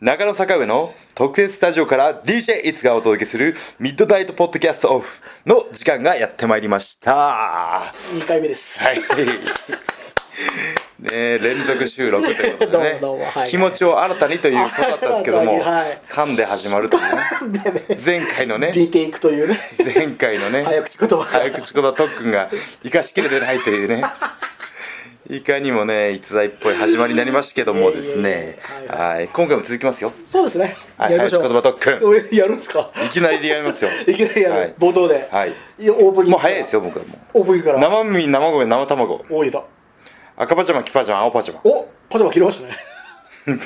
中野坂上の特設スタジオから DJ いつがお届けするミッドナイトポッドキャストオフの時間がやってまいりましたは2回目です。 い ねえ連続収録ということでね どうもどうもはい気持ちを新たにということだったんですけども、新たにはい噛んで始まるという ねでね、前回のねリテイクというね、前回のね早口言葉から早口言葉特訓が生かしきれてないという ねいかにもね逸材っぽい始まりになりましたけどもですねいえいえいえはい今回も続きますよそうですね。はい早口言葉特訓おえやるんですかいきなりでやりますよいきなりやる、はい冒頭で。はいやオープニングから。もう早いですよ僕はもうオープニングから。生身生米生卵おいだ。赤パジャマ黄パジャマ青パジャおパジャマ切れましたね。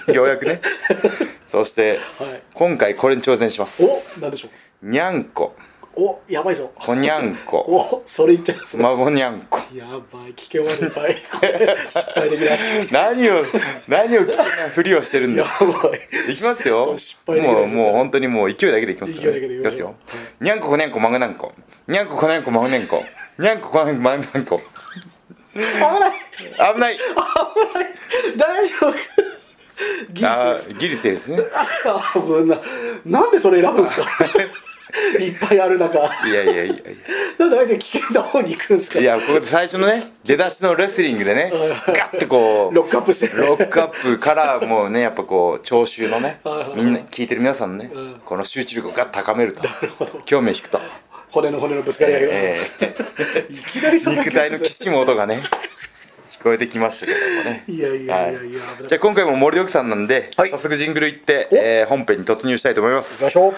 マようやく ねそして、はい今回これに挑戦しますおなんでしょにゃんこう。おやばいぞ。ほにゃんこおそれ言っちゃいますね。まぼにゃんこやばい、聞け悪いばい。これ失敗できない。何を何を聞けないふりをしてるんだやよばい。いきますよ。も失敗できないでうすねもう本当にもう勢いだけでいきますから、勢いだけでいききまますすよよ。にゃんここにゃんこまぐなんこ。にゃんここにゃんこまぐなんこ。にゃんここにゃんこまぐなんこ。危ない。危ない。大丈夫。ギリあセーギリセーフですね。ーフ。危な。なんでそれ選ぶんです かいっぱいある中。いやいやいやい なんであえて危険な方に行くんですかや。いやここで最初のね出だしのレスリングでね、ガッてこうロックアップしてロックアップからもうねやっぱこう聴衆のねはいはいはいみんな聞いてる皆さんのねうんこの集中力をガッと高めると興味を引くと。骨の骨のぶつかり合いが、えーいきなりそんな肉体のきしむ音がね聞こえてきましたけどもねいやいやいやいや危ないじゃあ今回も森奥さんなんで、はい早速ジングル行って、えー本編に突入したいと思いますきましょう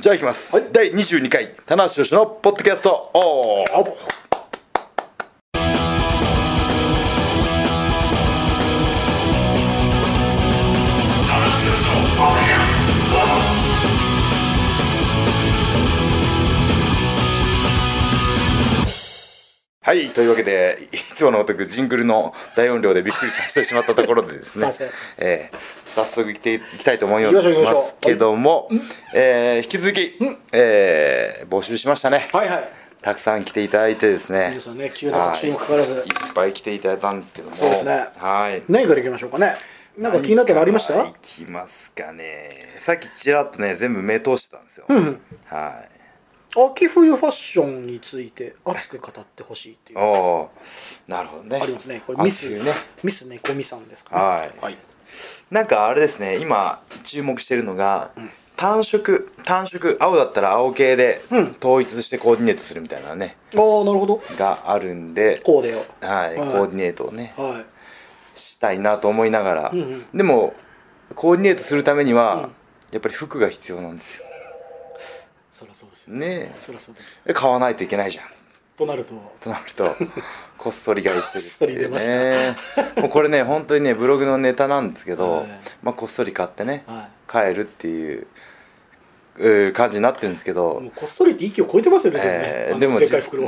じゃあ行きます、第22回棚橋宏のポッドキャストオーあはいというわけでいつものごとくジングルの大音量でびっくりさせてしまったところでですねさすがえー早速行っていきたいと思い行まきましょう行きましょうすけども、えー引き続き、えー募集しましたね、はいはいたくさん来ていただいてですね皆さんね急な特集にもかかわらずはいいっぱい来ていただいたんですけどもそうですねはい何からいきましょうかねなんか気になったのありましたいきますかねさっきちらっとね全部目通してたんですよ、はい秋冬ファッションについて熱く語ってほしいっていうおおなるほどねありますねこれミス秋冬ねミスねこみさんですか、ね、はい、なんかあれですね今注目してるのが、単色単色青だったら青系で統一してコーディネートするみたいなね、ああなるほどがあるんでこうだよはい、はいコーディネートをねはいしたいなと思いながら、んうんでもコーディネートするためには、やっぱり服が必要なんですよそりゃそうですよねねそりゃそうですよえ買わないといけないじゃんとなるととなる とこっそり買いしてるっていうこっね もうこれね本当にねブログのネタなんですけど、はいまあ、こっそり買ってね、は帰るっていううー感じになってるんですけどもうこっそりって域を超えてますよね、えーででももねあのでっかい袋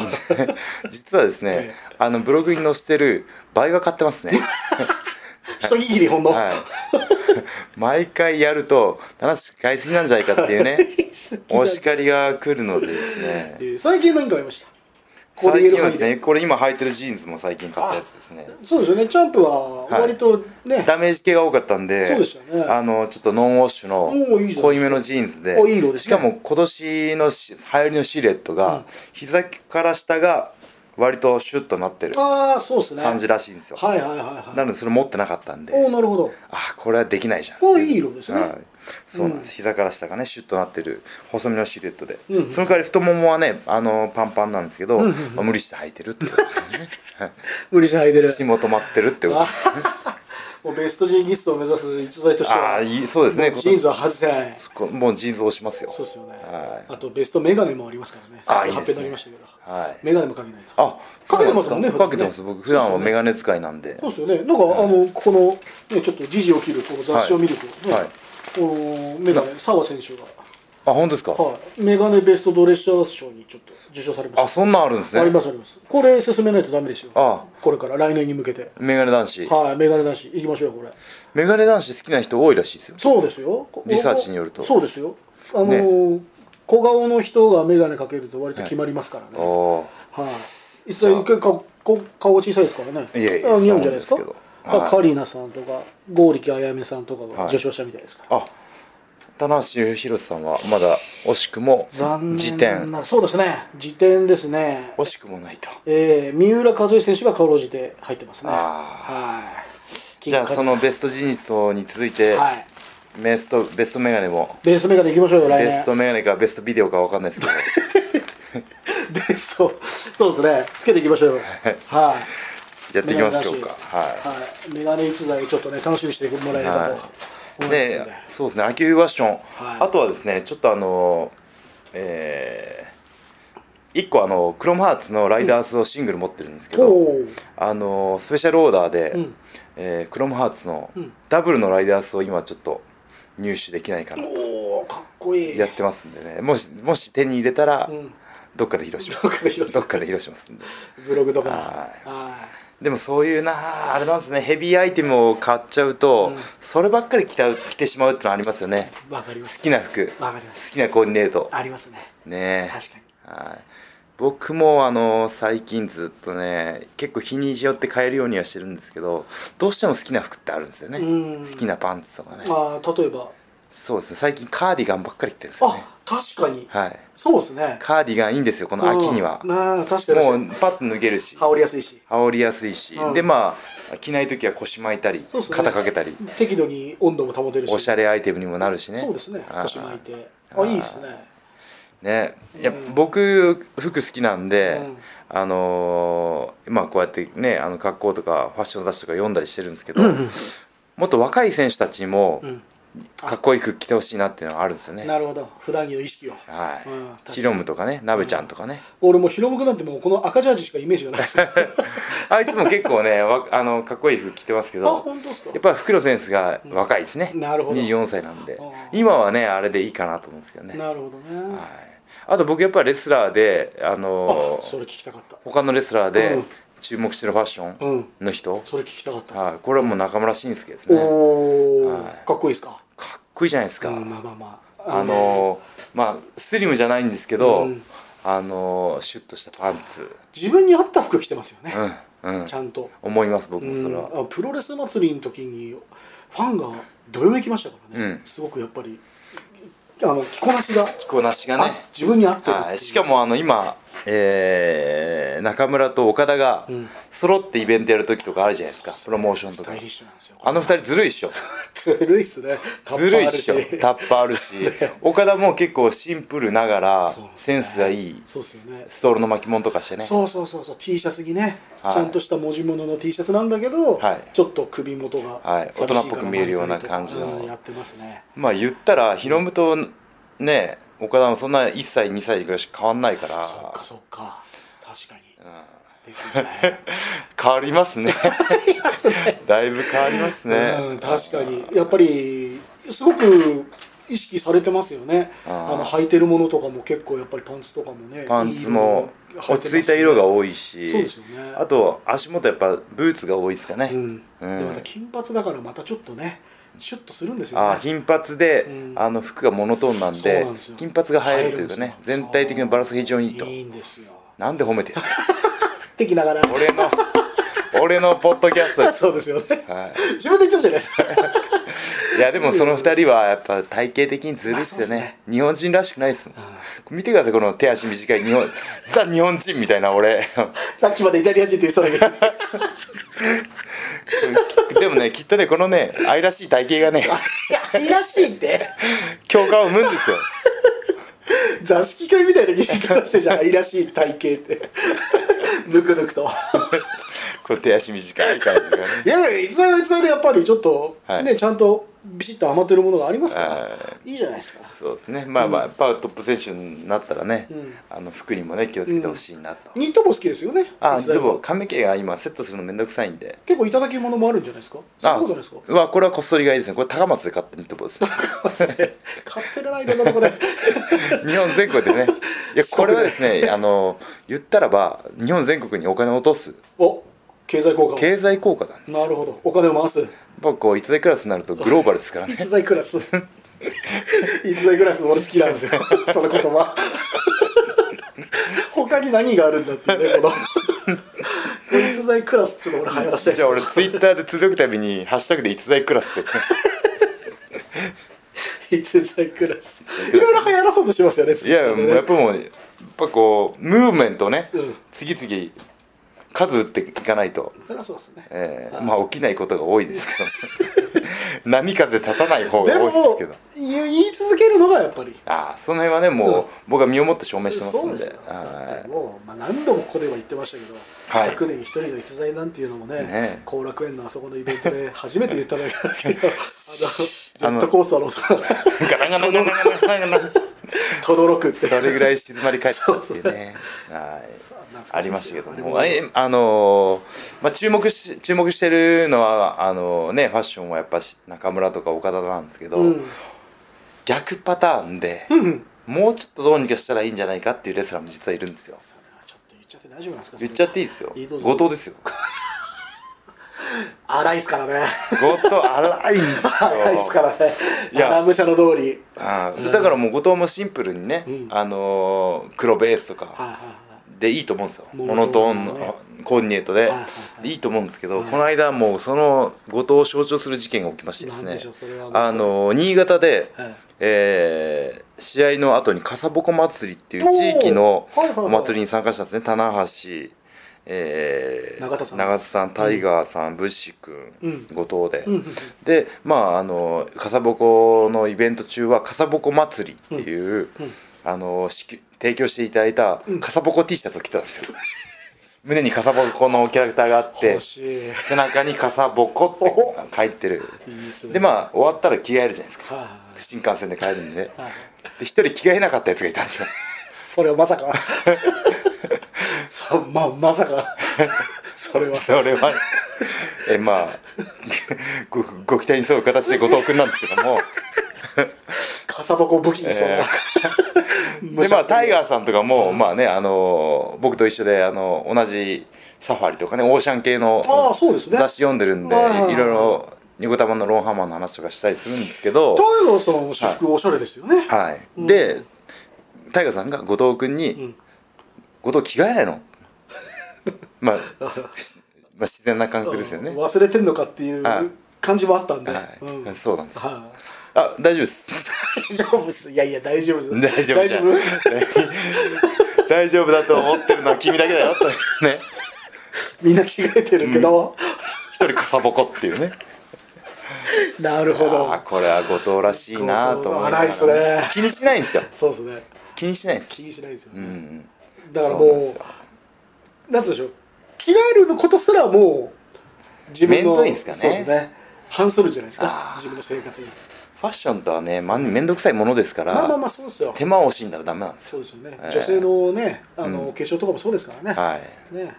は 実はですね え、あのブログに載せてる倍は買ってますね、 一握りほんの、はい、 毎回やると楽しく買いすぎなんじゃないかって いうねお叱りが来るのでですねえー最近何かありました ここで最言え近るはで範囲すでねこれ今履いてるジーンズも最近買ったやつですねそうですよねチャンプは割とね、ダメージ系が多かったんでそうでしたねあのちょっとノンウォッシュのおーいいじゃないですか濃いめのジーンズでおいい色ですしねかも今年のし流行りのシルエットが膝から下が割とシュッとなってるああそうですね感じらしいんですよはいはいはいはいなのでそれ持ってなかったんでおおなるほどあこれはできないじゃんおいい色ですねはいそうなんです膝から下がねシュッとなってる細身のシルエットでうんうんその代わり太ももはねあのパンパンなんですけどうんうんまあ無理して履いてるっていう ことね無理しないでる血も止まってるってことあもうベストジーニストを目指す逸材としてあはあいいそうですねジーンズは外せないそこもう腎臓をしますよそうですよね、はいあとベストメガネもありますからねさっきいいです発表ねになりましたけど、はいメガネもかけないとあかけてますもんねそうなんですかかけてま普す段ね僕普段はメガネ使いなんでそうですよねなんか、あのこの、ね、ちょっと時事を切るこの雑誌を見ると、ねはいこのメガネ澤選手が、あ本当ですかはい、メガネベストドレッシャー賞にちょっと受賞されましたあそんなんあるんですありねますありますこれ進めないとダメですよあこれから来年に向けてメガネ男子はいメガネ男子行きましょうよこれメガネ男子好きな人多いらしいですよそうですよこリサーチによるとそうですよあのー小顔の人がメガネかけると割と決まりますからねおーはい一切一回顔顔顔小さいですからねいやいやあ似合うんじゃないですかそうなんですけどだからはいカリーナさんとか剛力あやめさんとかはがい受賞したみたいですから、あ棚橋弘さんはまだ惜しくも残時念点なそうですね時点ですね、惜しくもないとえー、三浦和恵選手がかろうじて入ってますねあはいじゃあそのベストジーニストに続いて、はいベストベストメガネもベースメガネいきましょうよ来ベ年ストメガネかベストビデオかわかんないで すけどベストそうですねつけていきましょうよはいやっていきます今メガネ日らかしはいはい、メガネ逸材をちょっとね楽しみにしてもらえればと思いますでので、そうですね秋ファッション、はいあとはですねちょっとあのえー、1個あのクロムハーツのライダースをシングル持ってるんですけど、おーあのスペシャルオーダーで、んえークロムハーツのうんダブルのライダースを今ちょっと入手できないかなおーかっこいいやってますんでねもしもし手に入れたら、うんどっかで披露しますどっかで披露すどるっかで披露しますんでブログとかはいはでもそういうなああれなんですねヘビーアイテムを買っちゃうと、そればっかり着た着てしまうってのありますよねいわかります好きな服わかります好きなコーディネートありますねねえ確かにはい僕もあの最近ずっとね結構日に日よって買えるようにはしてるんですけどどうしても好きな服ってあるんですよねうん好きなパンツとかねまあ例えばそうですね最近カーディガンばっかり着てるんですよねあ確かにはいそうですねカーディガンいいんですよこの秋にはうんなあ確かにも確うパッと脱げるしかに羽織りやすいし羽織りやすいし、うんでまあ着ない時は腰巻いたり、そうですね肩掛けたり適度に温度も保てるしおしゃれアイテムにもなるしねそうですねあー腰巻いてあいいですねねいや、うん僕服好きなんで、うんあのーまあこうやってねあの格好とかファッション雑誌とか読んだりしてるんですけど、もっと若い選手たちにもうんかっこいい服着てほしいなっていうのはあるんですよねなるほど普段着の意識をはい、うん確かにヒロムとかねなべちゃんとかね、俺もうヒロム君なんてもうこの赤ジャージしかイメージがないで すああいつも結構ねわあのかっこいい服着てますけど本当ですかやっぱり袋選手が若いですね、うんなるほど24歳なんであー今はねあれでいいかなと思うんですけどね、はい、なるほどねあと僕やっぱりレスラーでああのーそれ聞きたかった他のレスラーでうん注目してるファッションの人、それ聞きたかったはい、これはもう中村慎介ですねかっおおはいかっこいいですかこいいじゃないですか、うんまあまあまああのーまあスリムじゃないんですけど、うんあのーシュッとしたパンツ自分に合った服着てますよねうんうんちゃんと思います僕もうそれは、んあプロレス祭りの時にファンがどよめきましたからね、うんすごくやっぱりあの着こなしが、着こなしがあね自分に合ってるってはい、いうしかもあの今、えー中村と岡田がうん揃ってイベントやる時とかあるじゃないですか、プロモーションとスかタイリッシュなんですよあの二人ずるいっしょずるいっすねタッパずーるいっあるしょタッパーある し岡田も結構シンプルながらそうセンスがいいそうっすよねストールの巻物とかしてねそうそうそうそう T シャツにね、はいちゃんとした文字物の T シャツなんだけど、はいちょっと首元がはい寂し大人っぽく見えるような感じのうんやってますねまあ言ったらヒロムとね岡田もそんな1歳2歳ぐらいしか変わんないからそっかそっか確かに、ですよね変わります ねいやそれだいぶ変わります ね、うん、確かにやっぱりすごく意識されてますよねああーの履いてるものとかも結構やっぱりパンツとかもねパンツも落ち着いた色が多いし、そうですよねあと足元やっぱブーツが多いですかね、いい色もうん、うんでまた金髪だからまたちょっとねシュッとするんですよねあー金髪で、うんあの服がモノトーンなんそうでなんですよ金髪が映えるというか映ねんですよ全体的なバランスが非常にいいとそういいんですよなんで褒めてんの的ながら俺の 俺のポッドキャストです、そうですよねは自分で言ったじゃないですかい、いやでもその二人はやっぱ体型的にずるいっすまよあそうっすねね日本人らしくないですもん見てくださいこの手足短い日本ザ日本人みたいな俺 さっきまでイタリア人って言ってただけどでもねきっとねこのね愛らしい体型が ねいやいらしいって共感を生むんですよ座敷会みたいな言い方してじゃんいらしい体型ってぬくぬくと こう手足短い感じがねいやいやいつだいつだでやっぱりちょっと、はいねちゃんとビシッとはまってるものがありますから、、はいいじゃないですかそうですねまあまあ、やっぱトップ選手になったらね、うんあの服にもね気をつけてほしいなと、ニット帽好きですよねあいつだでいも髪毛が今セットするのめんどくさいんで結構いただき物もあるんじゃないですかそういあうことないですかわこれはこっそりがいいですねこれ高松で買ったニット帽 です買ってるないろんなとこで日本全国でねいやこれはですねあの言ったらば日本全国にお金を落とすお経済効果も経済効果なんですやっなるほどお金を回すぱこう逸材クラスになるとグローバルです からね逸材 クラス逸材クラス俺好きなんですよその言葉 他に何があるんだっていうね この逸材クラスちょっと俺流行らせたいですじゃあ俺ツイッターでつぶやくたびに「ハッシュタグで逸材クラス」って逸材クラスいろいろ流行らそうとしますよねいや、ね、やっぱもうやっぱこうムーブメントね、うん次々数打っていかないと、そりゃそうですねえーまあ起きないことが多いですけど 波風立たない方でがも多もいうですけど言い続けるのがやっぱりああその辺はねもう、うん僕は身をもって証明してますそんうでですよだっはていもう、まあ、何度もここでは言ってましたけど、はい100年に一人の逸材なんていうのもねね後、楽園のあそこのイベントで初めて言っただけだ けどああののジェットコースターの音がガランガランガランガランガランガランとどろくっ てそれぐらい静まり返ったっていうねはいそう懐かしいですよありましたけどあねれもうえあのーまあ、注目し注目してるのはあのーねファッションはやっぱし中村とか岡田なんですけど、うん逆パターンで、うんもうちょっとどうにかしたらいいんじゃないかっていうレスラーも実はいるんですよそれはちょっと言っちゃって大丈夫なんですか言っちゃっていいいですよいいどうぞ後藤 ですよ荒いですからね後藤荒いんですよ荒いですからねいや荒武者の通りあーだからもう後藤もシンプルにね、うんあのー黒ベースとはいかはいはいでいいと思うんですよモモノノトトーーンンのねのコーディネートではいはいはいいいと思うんですけど、はいこの間もうその後藤を象徴する事件が起きましてですなんでしょうそれねはもうあのー新潟で、はいえー試合の後にかさぼこ祭りっていう地域のおーはいはいはいお祭りに参加したんですね棚橋、えー永田さんさんタイガーさん、ブッシュ君、う後藤で、うんうんうんでまああのかさぼこのイベント中はかさぼこ祭りっていう、うんうんあの支給提供していただいたうんかさぼこ T シャツを着てたんですよ、 胸にかさぼこのキャラクターがあって欲しいい背中にかさぼこって書いてるいですねでまあ終わったら着替えるじゃないですかはいはい新幹線で帰るんではいで一人着替えなかったやつがいたんですよそれはまさかそうままさかそれはそれはえまあごご期待に沿う形で後藤君なんですけどもかさぼこ武器にそうな、えでまあタイガーさんとかも、まあねあの僕と一緒であの同じサファリとかねオーシャン系のああそうですね雑誌読んでるんで、はいはいはいいろいろニコタマのロンハーマンの話とかしたりするんですけどタイ、ガーさんの私服おしゃれですよね、はいうんでタイガーさんが後藤君に、ん後藤着替えない の?」まあ、しまあ自然な感覚ですよね。忘れてんのかっていうはい感じもあったんで、はいうんはいそうなんですあ大丈夫です大丈夫っすいやいや大丈夫です大丈夫大じ丈ゃん夫 大丈夫だと思ってるのは君だけだ よとねみんな着替えてるけど、一人かさぼこっていうねなるほああどこれは後藤らしいなと思いながら後藤さん荒いっすね気にしないんですよそうですね気にしないんです気よ、にしないですようね、ん、だからそうなんでもすようなんつうんでしょう着替えるのことすらもう自分の面倒いんすかねそうですね反するんじゃないですかあー自分の生活にファッションとはねま面倒くさいものですから、まあまあまあそうですよ手間を惜しんだらダメなんですそうですよね、ええ女性のねあの、うん化粧とかもそうですからね、よはいね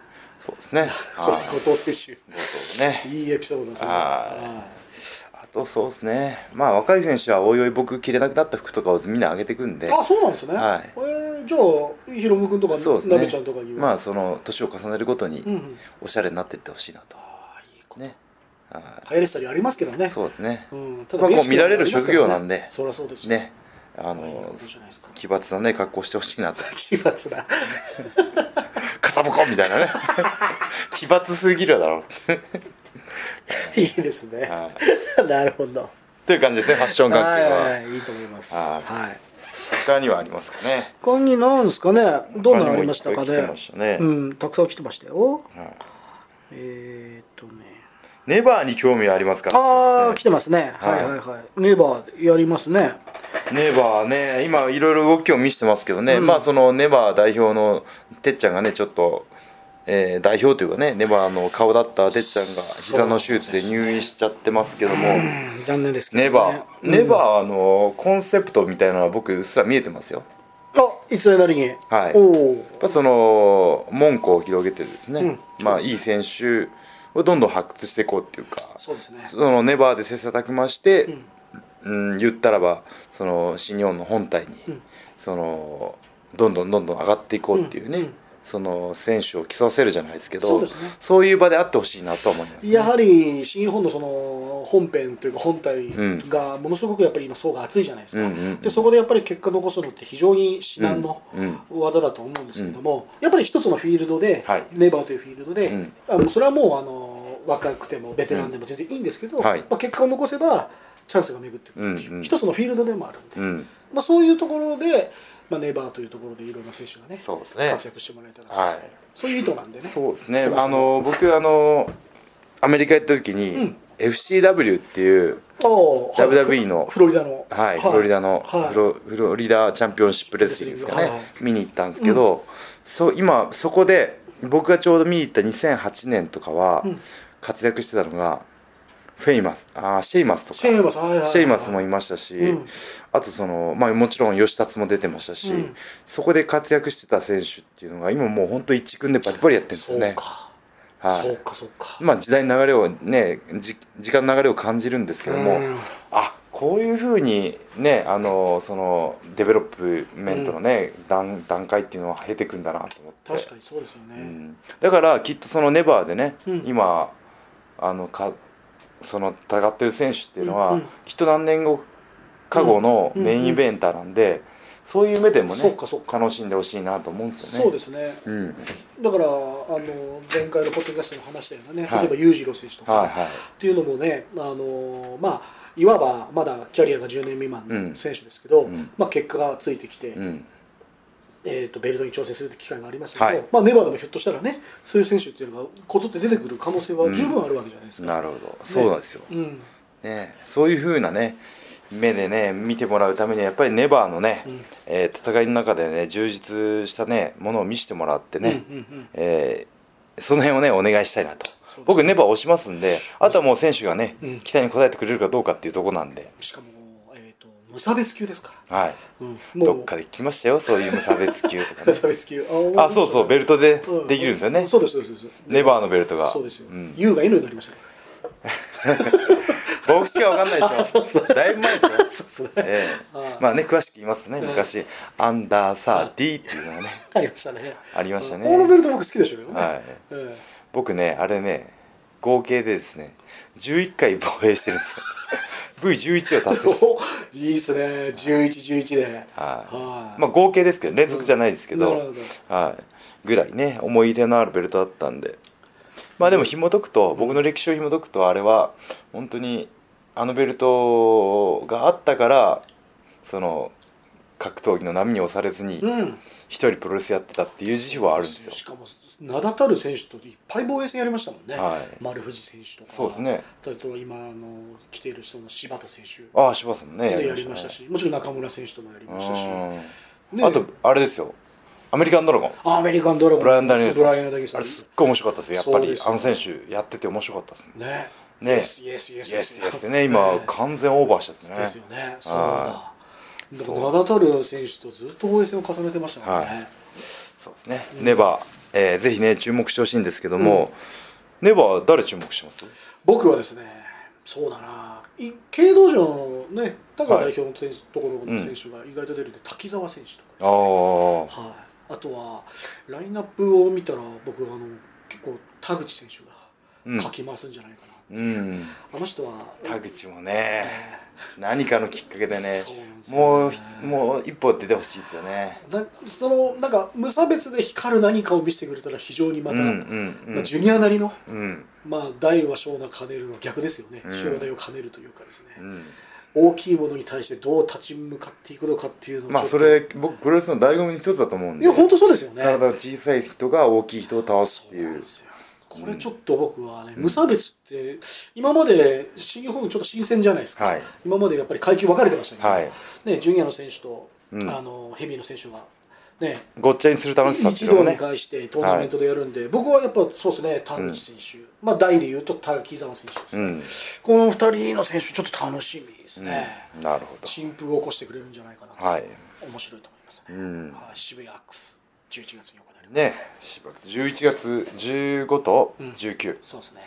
そうですね 後はい藤選そうね手いいエピソードですねはいはあとそうですねまあ若い選手はおいおい僕着れなくなった服とかをみんな上げてくんでいあそうなんですね、はいえーじゃあヒロム君とか、そうですねなべちゃんとかにはまあその年を重ねるごとにうんうんおしゃれになっていってほしいなと、あーいいことねは流行りしたりありますけどねいそうですねうん、まあこうベーシックなのも見られる職業なんでありますからねそりゃそうですよねあいいこのとじゃないですか 奇抜なね格好してほしいなと奇抜なかさぼこみたいなね 奇抜すぎるだろいいですね。は なるほど。という感じですねファッション学級はいは、はいはい、いいと思います。はいはい。他にはありますかね他になんですかね。どんなのありましたか他にもいっぱい来てねましたね。うん、たくさん来てましたよ。はいえーっとね。ネバーに興味ありますかああ、来てますね。ははいいはいはい。ネイバーやりますね。ネバーね今いろいろ動きを見せてますけどね、まあそのネバー代表のてっちゃんがねちょっと、えー代表というかねネバーの顔だったてっちゃんが膝の手術で入院しちゃってますけども、うん残念ですけどネね。バー、ネバーのコンセプトみたいなのは僕うっすら見えてますよあ、いつなりに。はいおお。やっぱその門戸を広げてですね、うんまあいい選手をどんどん発掘していこうっていうかそうですねそ。のネバーで切磋琢磨して、うん言ったらばその新日本の本体に、うんそのどんどんどんどん上がっていこうっていうね、うんうんその選手を競わせるじゃないですけどそうですねそういう場であってほしいなとは思います、ね、やはり新日本のその本編というか本体うんがものすごくやっぱり今層が厚いじゃないですか、うんうんうんでそこでやっぱり結果残すのって非常に至難のうん技だと思うんですけども、やっぱり一つのフィールドで、はいネバーというフィールドで、うんあのそれはもうあの若くてもベテランでも全然いいんですけど、はいまあ、結果を残せばチャンスが巡ってくるっていう、うんうん一つのフィールドでもあるんで、うんまあ、そういうところで、まあ、ネバーというところでいろんな選手がねそうですね活躍してもらえたら、はいそういう意図なんでねそうですねすいませんあの僕あのアメリカ行った時に、うん FCW っていうおー WWE のフロリダの、はい、フロリダの、はいフロフロリダチャンピオンシップレスリングですかね、はい見に行ったんですけど、そう今そこで僕がちょうど見に行った2008年とかは、うん活躍してたのがフェイマスあーシェイマスとかシェイマスはいはいはいシェイマスもいましたし、うんあとその、まあ、もちろん吉達も出てましたし、うんそこで活躍してた選手っていうのが今もう本当一軍でバリバリやってるんですそうよね。か、はいそうかそうかまあ、時代の流れをねじ時間の流れを感じるんですけども、うんあこういうふうにねあのそのデベロップメントのね、段段階っていうのは経てくんだなと思って確かにそうですよね、うん、だからきっとそのネバーでね、うん今あのかその戦ってる選手っていうのは、うんうんきっと何年後か後のうんメインイベンターなんで、そういう目でもねそうかそうか楽しんでほしいなと思うんですよね。そうですねうん、だからあの前回のポッドキャストでも話したようなね、はい例えば裕次郎選手とか、はいはいっていうのもね、あのまあ、いわばまだキャリアが10年未満の選手ですけど、うんうんまあ、結果がついてきて、うんえー、とベルトに挑戦するって機会がありますけど、はいまあ、ネバーでもひょっとしたらねそういう選手っていうのがこぞって出てくる可能性は十分あるわけじゃないですか。なるほど、そうなんですよ、うんね、そういうふうなね目でね見てもらうためにはやっぱりネバーのね、んえー戦いの中でね充実したねものを見せてもらってね、うんうんうんえーその辺をねお願いしたいなと、すね僕ネバー押しますんであとはもう選手がね、うん期待に応えてくれるかどうかっていうとこなんで、しかも、えー、と無差別級ですから、はい、うん、もうどっかで聞きましたよそういう無差別級とか ね無差別級あそうそうベルトでできるんですよね、そうですそうですそうですネバーのベルトがそうですよ、うん U が N になりましたね僕しかわかんないでしょ あそうそうだいぶ前ですよそうですね、 えあえあまあね詳しく言いますとね昔アンダーさサあーディっていうのがねありましたね。ありましたねオーロベルト僕好きでしたけどね。はいえ僕ねあれね合計でですね11回防衛してるん ですよ V11 をえ達成してお いいっすね。11、11で。はいはいまあ合計ですけど連続じゃないですけど,、うんなるほはい、ぐらいね思い入れのあるベルトだったんでまあでも紐解くと僕の歴史を紐解くとあれは本当にあのベルトがあったからその格闘技の波に押されずにうん。一人プロレスやってたっていう自負はあるんですよしかも名だたる選手といっぱい防衛戦やりましたもんね。はい丸藤選手とか。そうですね。あと今あの来ている人の柴田選手。ああ柴田さんもねやりましたし、もちろん中村選手ともやりうましたし、んねあとあれですよアメリカンドラゴンアメリカンドラゴン、ブライアン・ダニエルブライアンダニエルささんあんれすっごい面白かったですよやっぱそうでりすあの選手やってて面白かったですねねね。イエスイエスイエスイエスイエスね今完全オーバーしちゃってねですよね。そうだ。だからそ名だたる選手とずっと防衛戦を重ねてましたもんね。はいそうですね、ネバー、えーぜひね注目してほしいんですけども、ネバー誰注目してます僕はですねそうだない軽道場のね高はい代表の選手、ところの選手が意外と出るんで、滝沢選手あとかあです、はい、あとはラインナップを見たら僕はあの結構田口選手うんがかき回すんじゃないかな、うんあの人は田口もね何かのきっかけでねそうなんですよねもうひもう一歩出てほしいですよねなそのなんか無差別で光る何かを見せてくれたら非常にまうた、んうんまあジュニアなりの、うんうんまあ、大は小な兼ねるの逆ですよねうん小は大を兼ねるというかですね、うん大きいものに対してどう立ち向かっていくのかっていうのをまあちょっそとれ僕プロレスの醍醐味の一つだと思うんいでや本当そうですよね体の小さい人が大きい人を倒すそっうてないんうですよこれちょっと僕はね、無差別って今まで新日本ちょっと新鮮じゃないですか、はい今までやっぱり階級分かれてましたけど、はいね、ジュニアの選手と、うんあのヘビーの選手が、ね、ごっちゃにする楽しさってい一うのも堂ねに会してトーナメントでやるんで、僕はやっぱそうですね田口選手、まあ大でいうと滝沢選手ですうね、んこの二人の選手ちょっと楽しみですね、なるほど新風を起こしてくれるんじゃないかなと、はい面白いと思いますね、うんはい渋谷アックス11月に行われますねしばらく11月15と19、そうですね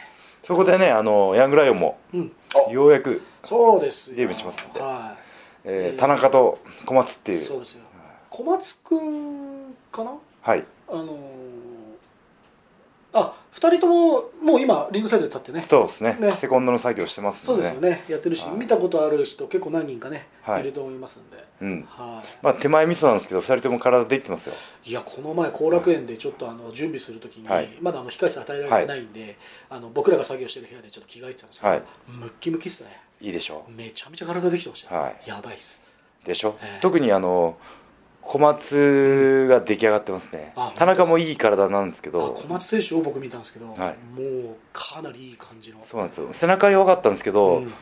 そこでねあのヤングライオンもうんようやく、そうですよデビューしますんではえーえー田中と小松っていいそううですよ小松くんかなはいあのーあ二人とももう今リングサイドで立ってねそうですねねセコンドの作業してますそんうでですよねやってるしはい見たことある人結構何人かねはいいると思いますんでうんはまあ手前味噌なんですけど2人とも体できてますよいいやこの前後楽園でちょっとあの準備するときにはいまだあの控室与えられてないんであの僕らが作業してる部屋でちょっと着替えてたんですけどはいムッキムキっすねいいでしょめちゃめちゃ体できてましたよ、はいやばいっすうでしょええ特にあの小松が出来上がってますねあ田中もいい体なんですけあど小松選手を僕見たんですけど、はいもうかなりいい感じのそうなんですよ背中弱かったんですけど、うん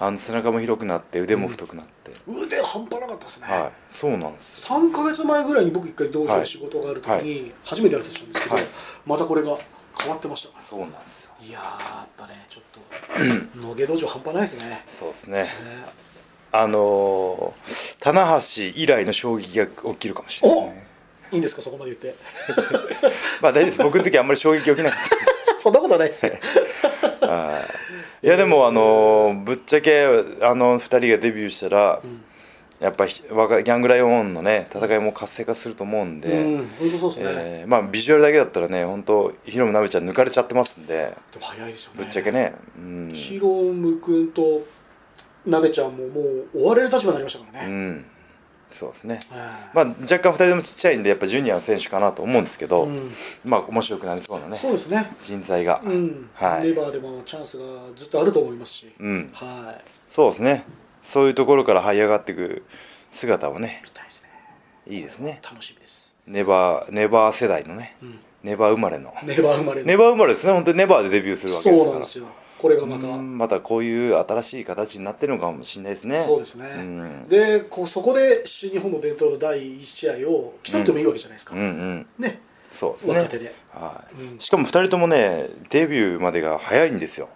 あの背中も広くなって腕も太くなって、腕半端なかったですね、はいそうなんです3か月前ぐらいに僕一回道場で仕事がある時はいに初めて挨拶したんですけど、はいまたこれが変わってましたねそうなんですよいやーやっぱねちょっと野毛道場半端ないですねねそうですねあのー棚橋以来の衝撃が起きるかもしれないですねいいんですかそこまで言って まあ大丈夫です僕の時あんまり衝撃起きなかったそんなことはないですよいやでもあのぶっちゃけあの2人がデビューしたら、やっぱひ若いギャングライオンのね戦いも活性化すると思うんで、うん本当そうですね、えーまあビジュアルだけだったらね本当ヒロムなべちゃん抜かれちゃってますんででも早いですよねぶっちゃけね、うん、ヒロム君となべちゃんももう追われる立場になりましたからうね、ん、そうですね、えまあ、若干2人ともちっちゃいんでやっぱジュニアの選手かなと思うんですけど、うんまあ面白くなりそうなえねそうですね人材が、うん、はいレバーでもチャンスがずっとあると思いますし、うんはいそうですねそういうところから這い上がっていく姿はね見たいですねいいですね楽しみですネバーネバー世代のね、んネバー生まれのネバー生まれのネバー生まれですね本当にネバーでデビューするわけですそうかなんらですよこれがまた、うんまたこういう新しい形になってるのかもしれないですねそうですね、ん、でこうそこで新日本の伝統の第1試合を競ってもいいわけじゃないですか、うんうんねそうですね若手ではいうんしかも2人ともねデビューまでが早いんですよ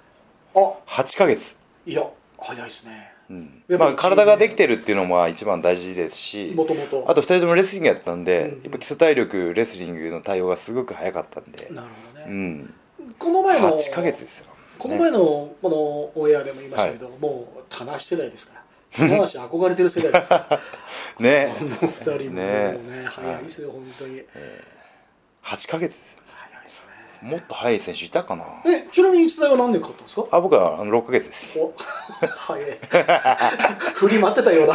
あ8ヶ月、いや早いですねうんやっぱまあ、体ができてるっていうのも一番大事ですしもともとあと2人ともレスリングやったんで、うんやっぱ基礎体力レスリングの対応がすごく早かったんで、なるほどうね、ん、この前の8ヶ月ですよ、このね前のこのオンエアでも言いましたけど、もう棚橋世代ですから棚橋憧れてる世代ですからね この二人もねね早いですよ本当に、 8ヶ月です早いですねもっと早い選手いたかなえちなみに一代は何年かかったんですかあ僕はあの6ヶ月ですお早い振り待ってたような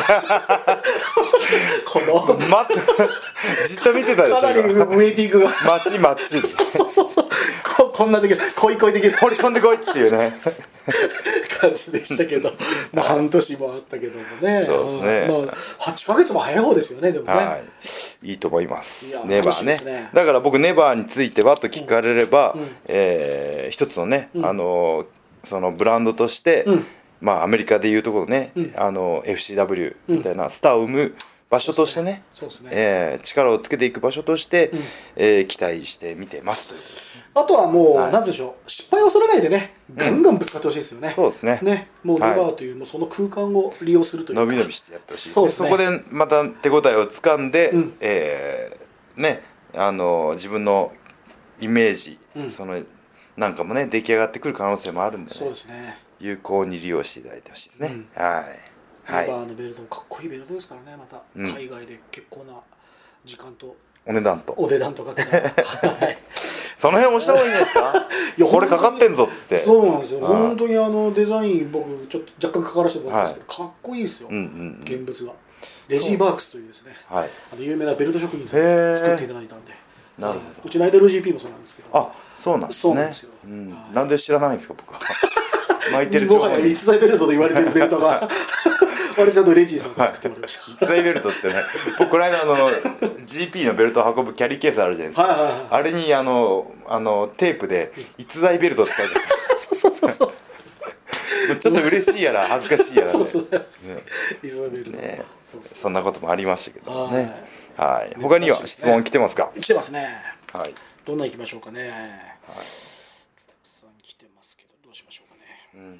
このま じっと見てたでしょかなりウ今ェイティングが待ち待ちそうそうそうここんなできる恋恋できる掘り込んでこいっていうね感じでしたけどまあ半年もあったけどもねそうですねまあ、8ヶ月も早い方ですよねでもね、はいいいと思いますいやネバ楽しーみねですねだから僕ネバーについてはと聞かれれば、うんえー一つのね、うんあのそのブランドとして、うんまあアメリカでいうところね、うんあの FCW みたいなスターを生む場所としてね、そうですねえー力をつけていく場所として、うんえー期待して見てますということですあとはもう、はいなんて言うんでしょう失敗を恐れないでねガンガンぶつかってほしいですよね、そうですねねもうネはいバーという,、もうその空間を利用するというか伸び伸びしてやってほしいそうですねそこでまた手応えをつかんで、うんえーねあの自分のイメージ、うんそのなんかもね出来上がってくる可能性もあるんで,、そねうで、すね有効に利用していただいてほしいですね、うんはい、ネバはーのベルトもかっこいいベルトですからねまた、うん海外で結構な時間とい、お値段とお値段とか けたらはいその辺押した方がいいんじゃないですか いやこれかかってんぞっつってそうなんですよはい本当にあのデザイン僕ちょっと若干関わらせてもらったんですけど、かっこいいですよ、うんうんうん現物がレジー・バークスというですねはいあの有名なベルト職人さんへーが作っていただいたんでなるほどえーうちのアイドル GP もそうなんですけどあそうなんですねそうなんですよんはいなんで知らないんですか僕 は巻いてる情も報はやに逸材ベルトと言われてるベル トが私あのレジーさんが作ってもらいました、スイベルトってね僕この間あの GP のベルトを運ぶキャリーケースあるじゃないですか、はいはいはいあれにあのあのテープで逸材ベルトって書いてあるそうそうそうそうも うちょっと嬉しいやら恥ずかしいやら、ね、そうそうねイズナベルト、ねそうそうそんなこともありましたけどねはい、い他には質問来てますか来てますねはいどんな行きましょうかね、たくさん来てますけどどうしましょうかね、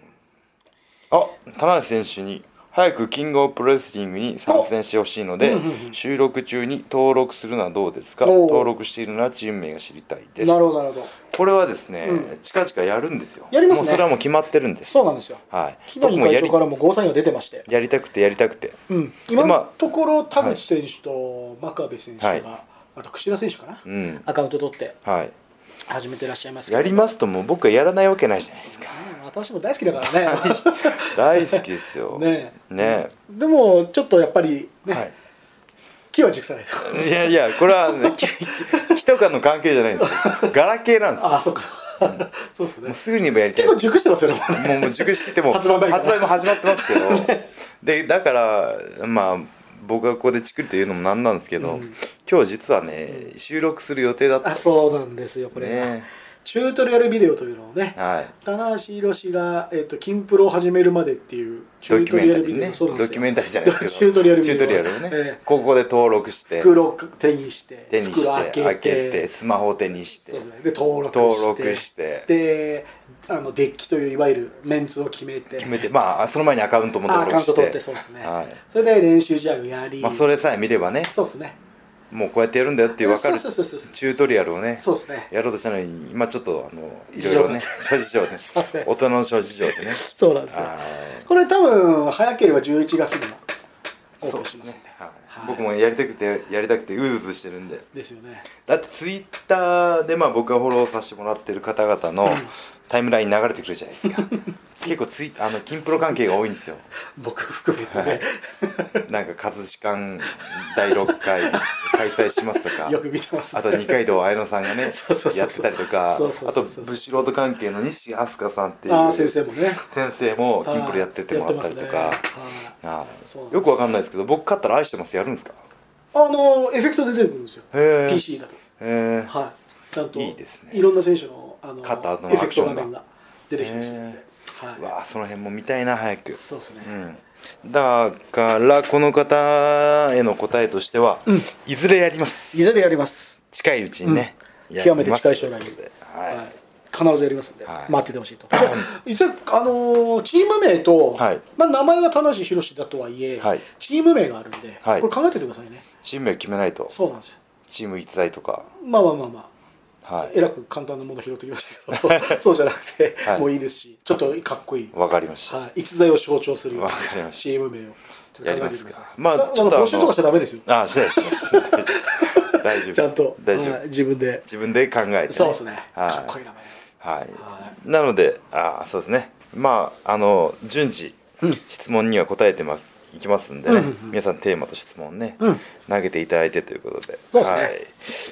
あ田中選手に早くキングオブプロレスリングに参戦してほしいので、収録中に登録するのはどうですかおう登録しているならチーム名が知りたいですなるほどなるほどこれはですね、うん近々やるんですよやりますもねうそれはもう決まってるんですそうなんですよはい木谷僕もや会り長からもゴーサインが出てまして、やりたくてやりたくて、うん、今まあのところ田口選手と真壁選手が、はいあと櫛田選手かな、んアカウント取ってはい始めてらっしゃいますけどやりますともう僕はやらないわけないじゃないですかうん私も大好きだからね 大好きですよねえねでもちょっとやっぱりえね、はい木は熟さないといやいやこれは、ね、きき期とかの関係じゃないんですよガラケーなんですよああそっか、そうっすもねうすぐにもやりたい結構熟してますよねもうねもうもう熟しても発売前から発売も始まってますけど、でだからまあ僕がここでチクリというのもなんなんですけど、今日実はね収録する予定だったんあでそうなんですよこすれ、ねチュートリアルビデオというのをねはい棚橋宏が、えっと「金プロを始めるまで」っていうチドューキュトメンリタアリルービデねオそうなんドですキよュメンタリーじゃないですけどチュートリアルビチデュオートリアルをね、ええここで登録して袋を手にして手にして袋開開けけててスマホを手にしてそうですねで登録して登録してであのデッキといういわゆるメンツを決めて決めてまあその前にアカウントもあア登カ録ウしント取っててそうですね、はいそれで練習試合をやり、まあ、それさえ見ればねそうですねもうこうやってやるんだよっていう分かるそうそうそうそうチュートリアルをねそうですねやろうとしたのに今ちょっとあのいろ事い情ろがね諸事情 ですいません大人の諸事情でねそうなんですよはいこれ多分早ければ11月にもオーそプうンでしますすねね、はいはい僕もやりたくてやりたくてうずうずしてるんでですよねだってツイッターでまあ僕がフォローさせてもらってる方々のタイムラインに流れてくるじゃないですか 結構ツイあの金プロ関係が多いんですよ僕含めてね、なんか葛飾館第6回開催しますとか よく見てますねあと二階堂綾乃さんがね そうそうそうそうやってたりとかそうそうあそとうそうブシロード関係の西飛鳥さんっていうああ先生もね先生も金プロやっててもらったりとやっかてますねはいはいそうなんですよくわかんないですけど僕勝ったら愛してますやるんですかあのエフェクトで出てくるんですよへえ PC だけへえはいちゃんといいですねろんな選手のあの勝った後のエフェクト画アクション面がが出てきますのでへ、はい、わあその辺も見たいな早くそうですね、うんだからこの方への答えとしては、いずれやりますいずれやります近いうちにね、やり極ますめて近い将来にはい、必ずやりますんで、はい待っててほしいと 実はあのーチーム名と、はいまあ、名前は田無宏だとはいえ、はいチーム名があるんで、はいこれ考えておいてくださいねチームを決めないとそうなんですよチーム逸材とかまあまあまあまあはえらく簡単なもの拾ってきましたけど そうじゃなくて、はいもういいですしちょっとかっこいいい、わかりました、はい、逸材を象徴するようなわかりましたチーム名をちょっと考えやてくださりますいかまあだちょっとあの募集とかしちゃダメですよああしないしないです 大丈夫ですちゃんと大丈夫、はい自分で自分で考えてね、そうですね、はいかっこいい名前はい、はなのであそうですねまああの順次、質問には答えてますいきますんでね、うんうんうん皆さんテーマと質問ね、うん投げていただいてということでそうですねはい、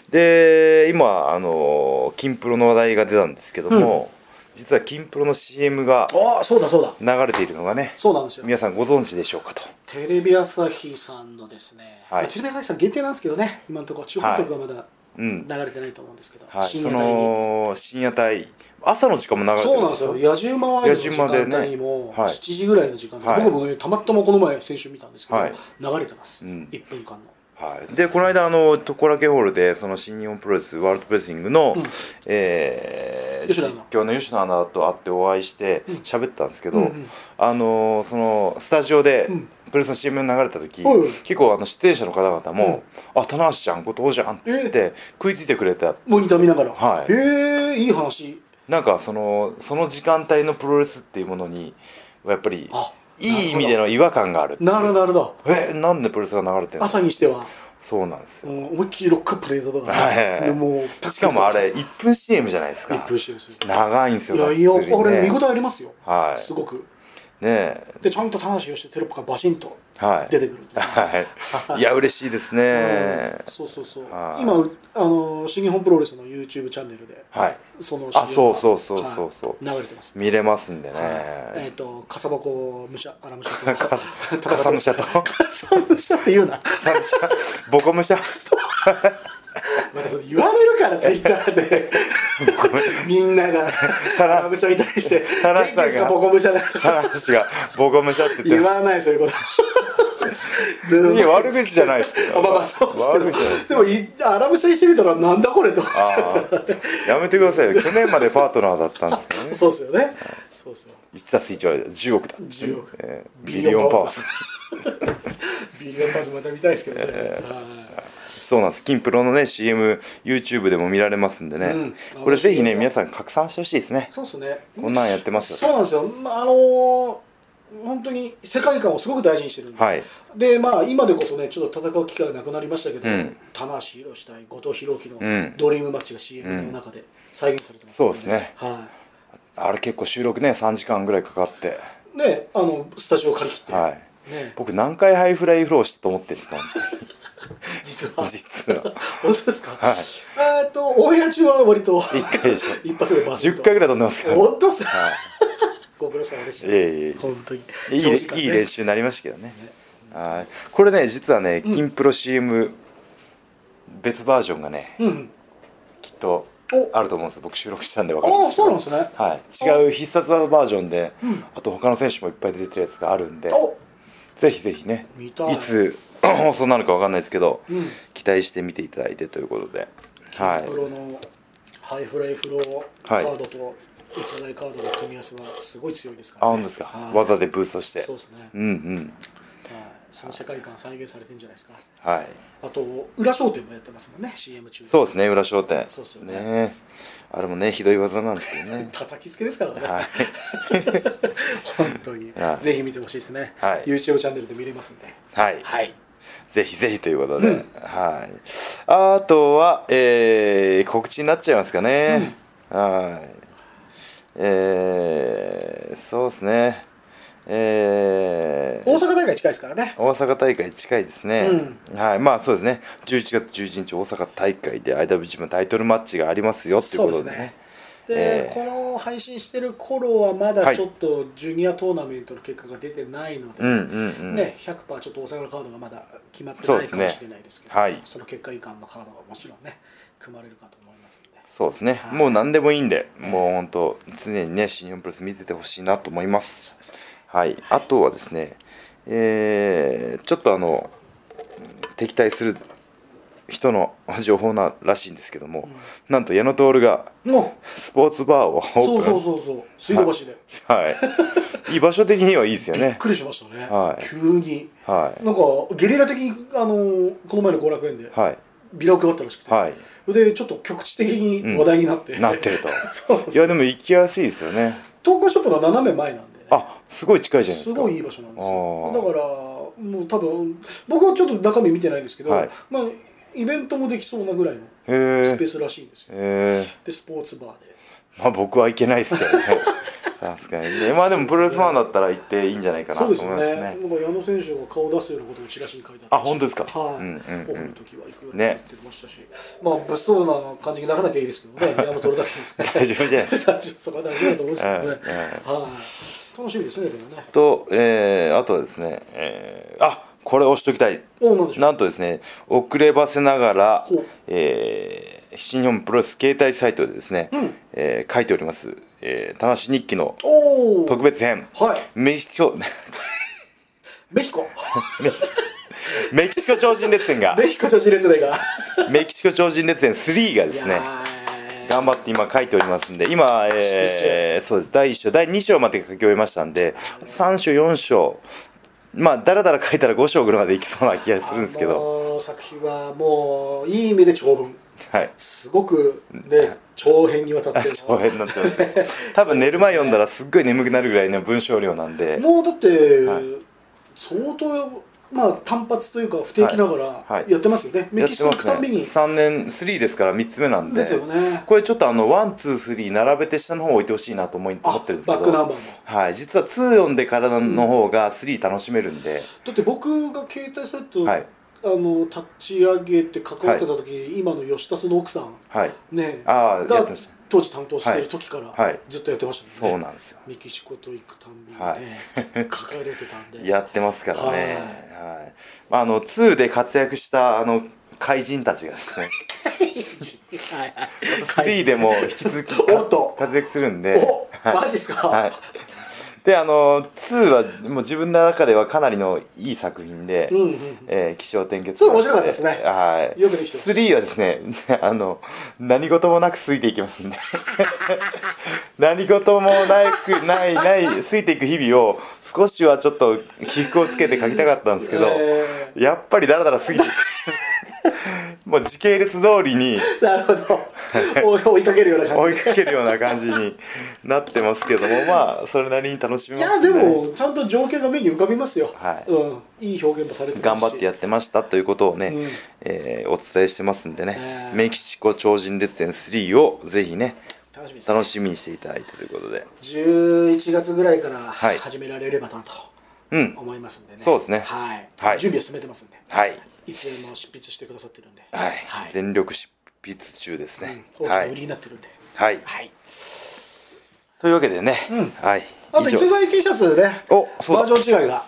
で今あの金プロの話題が出たんですけども、実は金プロの CM がああそうだそうだ流れているのがねそうなんですよ皆さんご存知でしょうかとテレビ朝日さんのですね、はいまあテレビ朝日さん限定なんですけどね今のところ地方局はまだうん流れてないと思うんですけど、はい、深そ夜帯にの深夜帯朝の時間も流れてそうるなんですよ野獣馬ワイドの時間帯に野獣も馬でねはい7時ぐらいの時間で、はい僕もねたまたまこの前先週見たんですけど、はい流れてます、うん1分間のはい、でこの間あのトコラケホールでその新日本プロレスワールドプレスリングの、うんえー吉実野アナ況の吉野アナと会ってお会いして喋ってたんですけど、うんうんあのーそのスタジオでうんプロレスの CM が流れた時、おいおい結構あの出演者の方々も「あ棚橋ちゃん後藤じゃん」って言って食いついてくれたモニター見ながら、はいへえいい話なんかそのその時間帯のプロレスっていうものにやっぱりあいい意味での違和感があるなるほどなるほどえなんでプロレスが流れてるの朝にしては、そうなんですうよ、ん、思いっきりロックアップレーザーだから、はいでもうしかもあれ1分 CM じゃないですか一分 CM です長いんですよいやいやがっつりねこれ見応えありますよ、はいすごくねえでちゃんと話をしてテロップがバシンとはい出てくるんではいいや嬉しいですねうんそうそうそうはい今うあの新日本プロレスの YouTube チャンネルで、はいそのあ CM がそうそうそうそうそうはい流れてます見れますんでねえっ、とかさばこむしゃあらむしゃと か戦ってかさむましゃとかさむしゃって言うな ボコムシャまたそれ言われるからツイッター でみんなが田か中らむしゃに対して田中元さん気がですかボコむしゃだとか話がボコムシャって言言ってわないそう いうこと いや悪口じゃないですよあまあまあそうですけ悪ど口じゃないですでもいアラブ社にしてみたらなんだこれと思っちゃうあーやめてくださいよ去年までパートナーだったんですけどねそうですよねそうですよ 1+1 は10億だ10億えービリオンパワー ビリオンパワーズまた見たいですけどね、はいそうなんです金プロのね CMYouTube でも見られますんでね、うんこれぜひね面白いな皆さん拡散してほしいですねそうですねこんなんやってますそうなんですよ、まあ、あのー本当に世界観をすごく大事にしてるんで、はいでまあ今でこそねちょっと戦う機会がなくなりましたけど、うん棚橋宏対後藤弘樹のうんドリームマッチが CM の中で再現されてます、そうですねはあれ結構収録ね3時間ぐらいかかっていねあのスタジオ借り切って、はいね僕何回ハイフライフローしたと思ってるんですか実は実 は本当ですか、はいえーっとオンエア中は割と一回でしょ 一発でバスッ10と回ぐらい飛んでますから、本当っすかはい ご苦労様でしいた、えい本当にえいい長時間ねいい練習になりましたけどねはいこれね実はね「金プロ CM、別バージョンがねうんきっとあると思うんです僕収録したんで分かるんあであすけそうどなんですねはい、違う必殺技バージョンで、あと他の選手もいっぱい出てるやつがあるんでおぜひぜひね見たいつ 放送になるかわかんないですけど、うん期待して見ていただいてということで、はプロのハイフライフローカードと逸材カードの組み合わせはすごい強いですから、あね、るんですか、はい技でブーストしてそうですね、うんうんはい、その世界観再現されてるんじゃないですかはいあと裏商店もやってますもんね CM 中そううですね裏商店そうっすよねあれもねひどい技なんですけど ね叩きつけですからね、はい 本当に、 はいぜひ見てほしいですね、はい YouTube チャンネルで見れますんではいはいぜひぜひということで、はいあとは、えー告知になっちゃいますかね、はいえーそうですねえ大ー阪大会近いですからね大阪大会近いですね、はいまあそうですね11月11日大阪大会で IWGP のタイトルマッチがありますよっていうことでねで、えーこの配信してる頃はまだはいちょっとジュニアトーナメントの結果が出てないので、うんうんうんね、100%ちょっと大阪のカードがまだ決まってそうなでいすねかもしれないですけどはいその結果以下のカードがもちろんね組まれるかと思いますのでそうですね、はいもう何でもいいんで、もう本当常にね新日本プロレス見ててほしいなと思いますですねはいあとはですねえーちょっとあの敵対する人の 情報ならしいんですけども、なんと矢野徹がもスポーツバーをオープうンそうそうそうそう水道橋で、はいいい場所的にはいいですよ びっねくりしましたね、はい急にはいなんかゲリラ的にあのーこの前の後楽園ではいビラを配ったらしくて、はいでちょっと局地的に話題になって、なってると そうそういやでも行きやすいですよね東海ショップの斜め前なんでねあすごい近いじゃないですすかごいいい場所なんですよあだーからもう多分僕はちょっと中身見てないんですけど、はいまあ、イベントもできそうなぐらいのへスペーえスらしいんですよ、へえでスポーツバーでまあ僕はいけないですけどね 確かにねまあでもプロレスファンだったら行っていいんじゃないかなとそう思でいますすねねなんか矢野選手が顔を出すようなことをチラシに書いてあったらしあい本当ですかはい、うんうんうんオフの時は行くよって言ねってましたし、まあ物騒な感じにならなきゃいいですけどね 山本だけで大丈夫じゃないです大丈夫そこは大丈夫だと思うんですけどね、うんうんはい楽しみですねでもねと、えーあとはですね、えーあこれ押しときたいおなんでしょうなんとですね遅ればせながらほう、えー新日本プロレス携帯サイトでですね、うんえー書いております「えー、田無日記」のおお特別編はいメキシコ メヒコ メキシコ超人列戦がメヒコ女子列代がメキシコ超人列戦3がでいやすーね頑張って今書いておりますんで今、 えー、そうです第1章第2章まで書き終えましたんで3章4章まあだらだら書いたら5章ぐらいまでいきそうな気がするんですけど、あの作品はもういい意味で長文はいすごくね長編にわたってる 長編になってます 多分寝る前読んだらすっごい眠くなるぐらいの文章量なんでもうだって、はい相当まあ単発というか不定期ながはらいやってますよね、メキシコ行くたんびに、 3年3ですから3つ目なんでですよねこれちょっとあの123並べて下の方置いてほしいなと思いあ思ってるんですバけックナンどバーもはい実は2読んでからの方が3楽しめるんで、だって僕が携帯サイト、はいあの立ち上げて関わってた時、今の吉田の奥さんはいねあーやっがてました当時担当してる時から、はいはいずっとやってましたもそうんねなんですよメキシコと行くたんびにね、は書かれてたんでやってますからね、ははいいまあ、あの2で活躍したあの怪人たちがです ね はいはい3でも引き続き おっと活躍するんで、おマジっすか、はい、であの2はもう自分の中ではかなりのいい作品で、うんうんえー、気象転結そう面白かったですねはいよくできてました3はですね あの何事もなく過ぎていきますんで 何事もなくないない過ぎていく日々を少しはちょっと起伏をつけて書きたかったんですけど、えやっぱりだらだら過 ぎていくもう時系列通りにーなるほ ど追い追いかけるような感追じいかけるような感じになってますけどもまあそれなりに楽しみいますやんででもちゃんと情景が目に浮かびますよ、はいうん、いい表現もされてま頑すし張ってやってましたということをね、うんえーお伝えしてますんでね、えーメキシコ超人列戦3をぜひね楽しみですね楽しみにしていただいてということで11月ぐらいからい始められればなとうん思いますんでね、そうですねはい、はい準備を進めてますんで、はいいつでも執筆してくださってるんで、はい、はい全力執筆中ですね、うん大きはな売りい、になってるんで、はい、はい、というわけでね、はいあと以上逸材 T シャツねおそうだバージョン違いが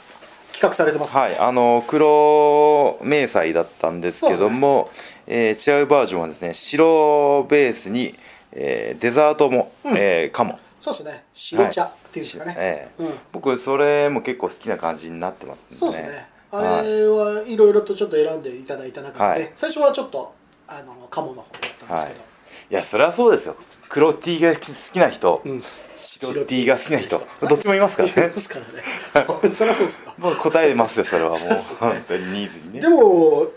企画されてますんで、はい、あの黒迷彩だったんですけども、えー違うバージョンはですね白ベースに、えーデザートも、えーかもそうですね白茶っていうんですかね、ええうん僕それも結構好きな感じになってますんでそうですね。あはいれはいろいろとちょっと選んでいただいた中で、はい最初はちょっとあの鴨の方だったんですけど、いやそりゃそうですよ黒 T が好きな人、うん白 T が好きな人白 T が好きな人どっちもいます からいねますからね。そ りゃそうですよ。もう答えますよそれはもうそうですね本当にニーズにねでも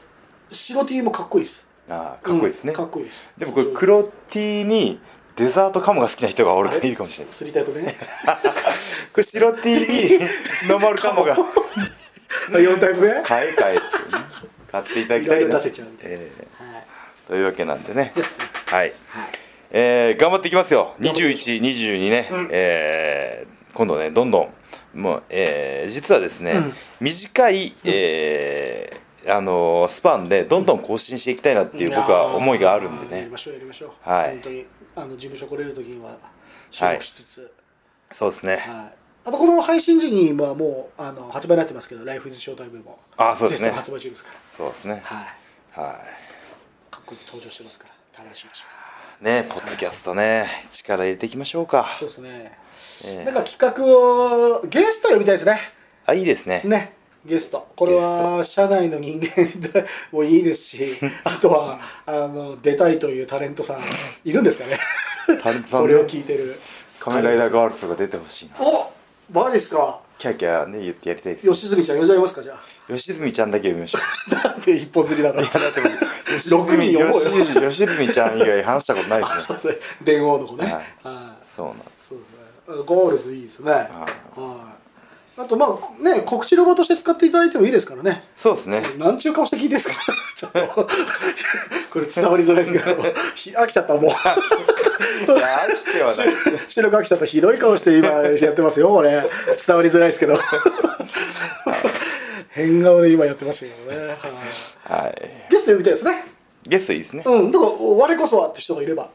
白 T もかっこいいです。あーかっこいいですね、うんかっこいいです。でもこれ黒 T にデザートカモが好きな人が俺あがれいるかもしれないスリータイプでね。 これ白 T にノーマルカモがあ四タイプで。はい。買え買えっていうね買っていただきたいいろいろ出せちゃうんでえーというわけなんでねですねはい、はい。えー頑張っていきますよ頑張りまし2122ね、えー今度ねどんどんもう、えー実はですね、うん短い、えーあのースパンでどんどん更新していきたいなっていう僕は思いがあるんでやりねましょうやりましょう。はい本当にあの事務所来れる時には収録しつつ。そうですね、はい、あとこの配信時にはもうあの発売になってますけど「Life is Showtime」もあそうですね絶賛発売中ですから、そうですねはい、はかっこよく登場してますから楽しみましょいねポッドキャストね力入れていきましょうかうそうですえね、えなんか企画をゲスト呼びたいですねあいいですねねゲストこれは社内の人間でもいいです しあとはあの出たいというタレントさんいるんですかね タレントさんねこれを聞いてる仮面ライダータレンガールズとか出てほしいなトさんおマジですかキャーキャーね言ってやりたいですね吉住ちゃん呼んじゃいますかじゃ吉住ちゃんだけ呼びましょうあ なんで一本釣りなの 吉6人呼ぼうよ住吉住ちゃん以外話したことないであすそうねですね電王の方ねはいはいそうなんですそうですねあゴールズいいですねはいあとまあね告知ロボとして使っていただいてもいいですからねそうですねなんちゅう顔して聞いていいですか ちょっとこれ伝わりづらいですけどひ飽きちゃった もういや愛してはない収録飽きちゃったひどい顔して今やってますよこれ伝わりづらいですけど変顔で今やってましたけどねはいはいゲスト呼びたいですねゲストいいですねうんだから我こそはって人がいれば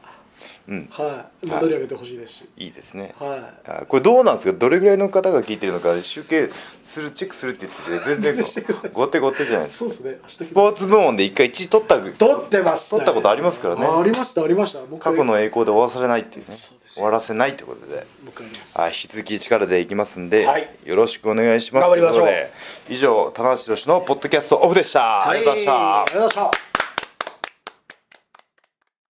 うんはい名乗り上げてほしいですしいいですねはいあこれどうなんですかどれぐらいの方が聞いてるのか集計するチェックするって言ってて全全然して然くれない後手後手じゃないですかそうですね。明日スポーツ部門で一回1位取った撮ってましたよ。撮ったことありますからねあありましたありました。もう一過回去の栄光で終わらせないっていうねそうですよ終わらせないということでもう一回やります。はい、引き続き力でいきますんで、はいよろしくお願いします頑張りましょうといことで以上棚橋宏のポッドキャストオフでした、ありがとうございましたありがとうございました。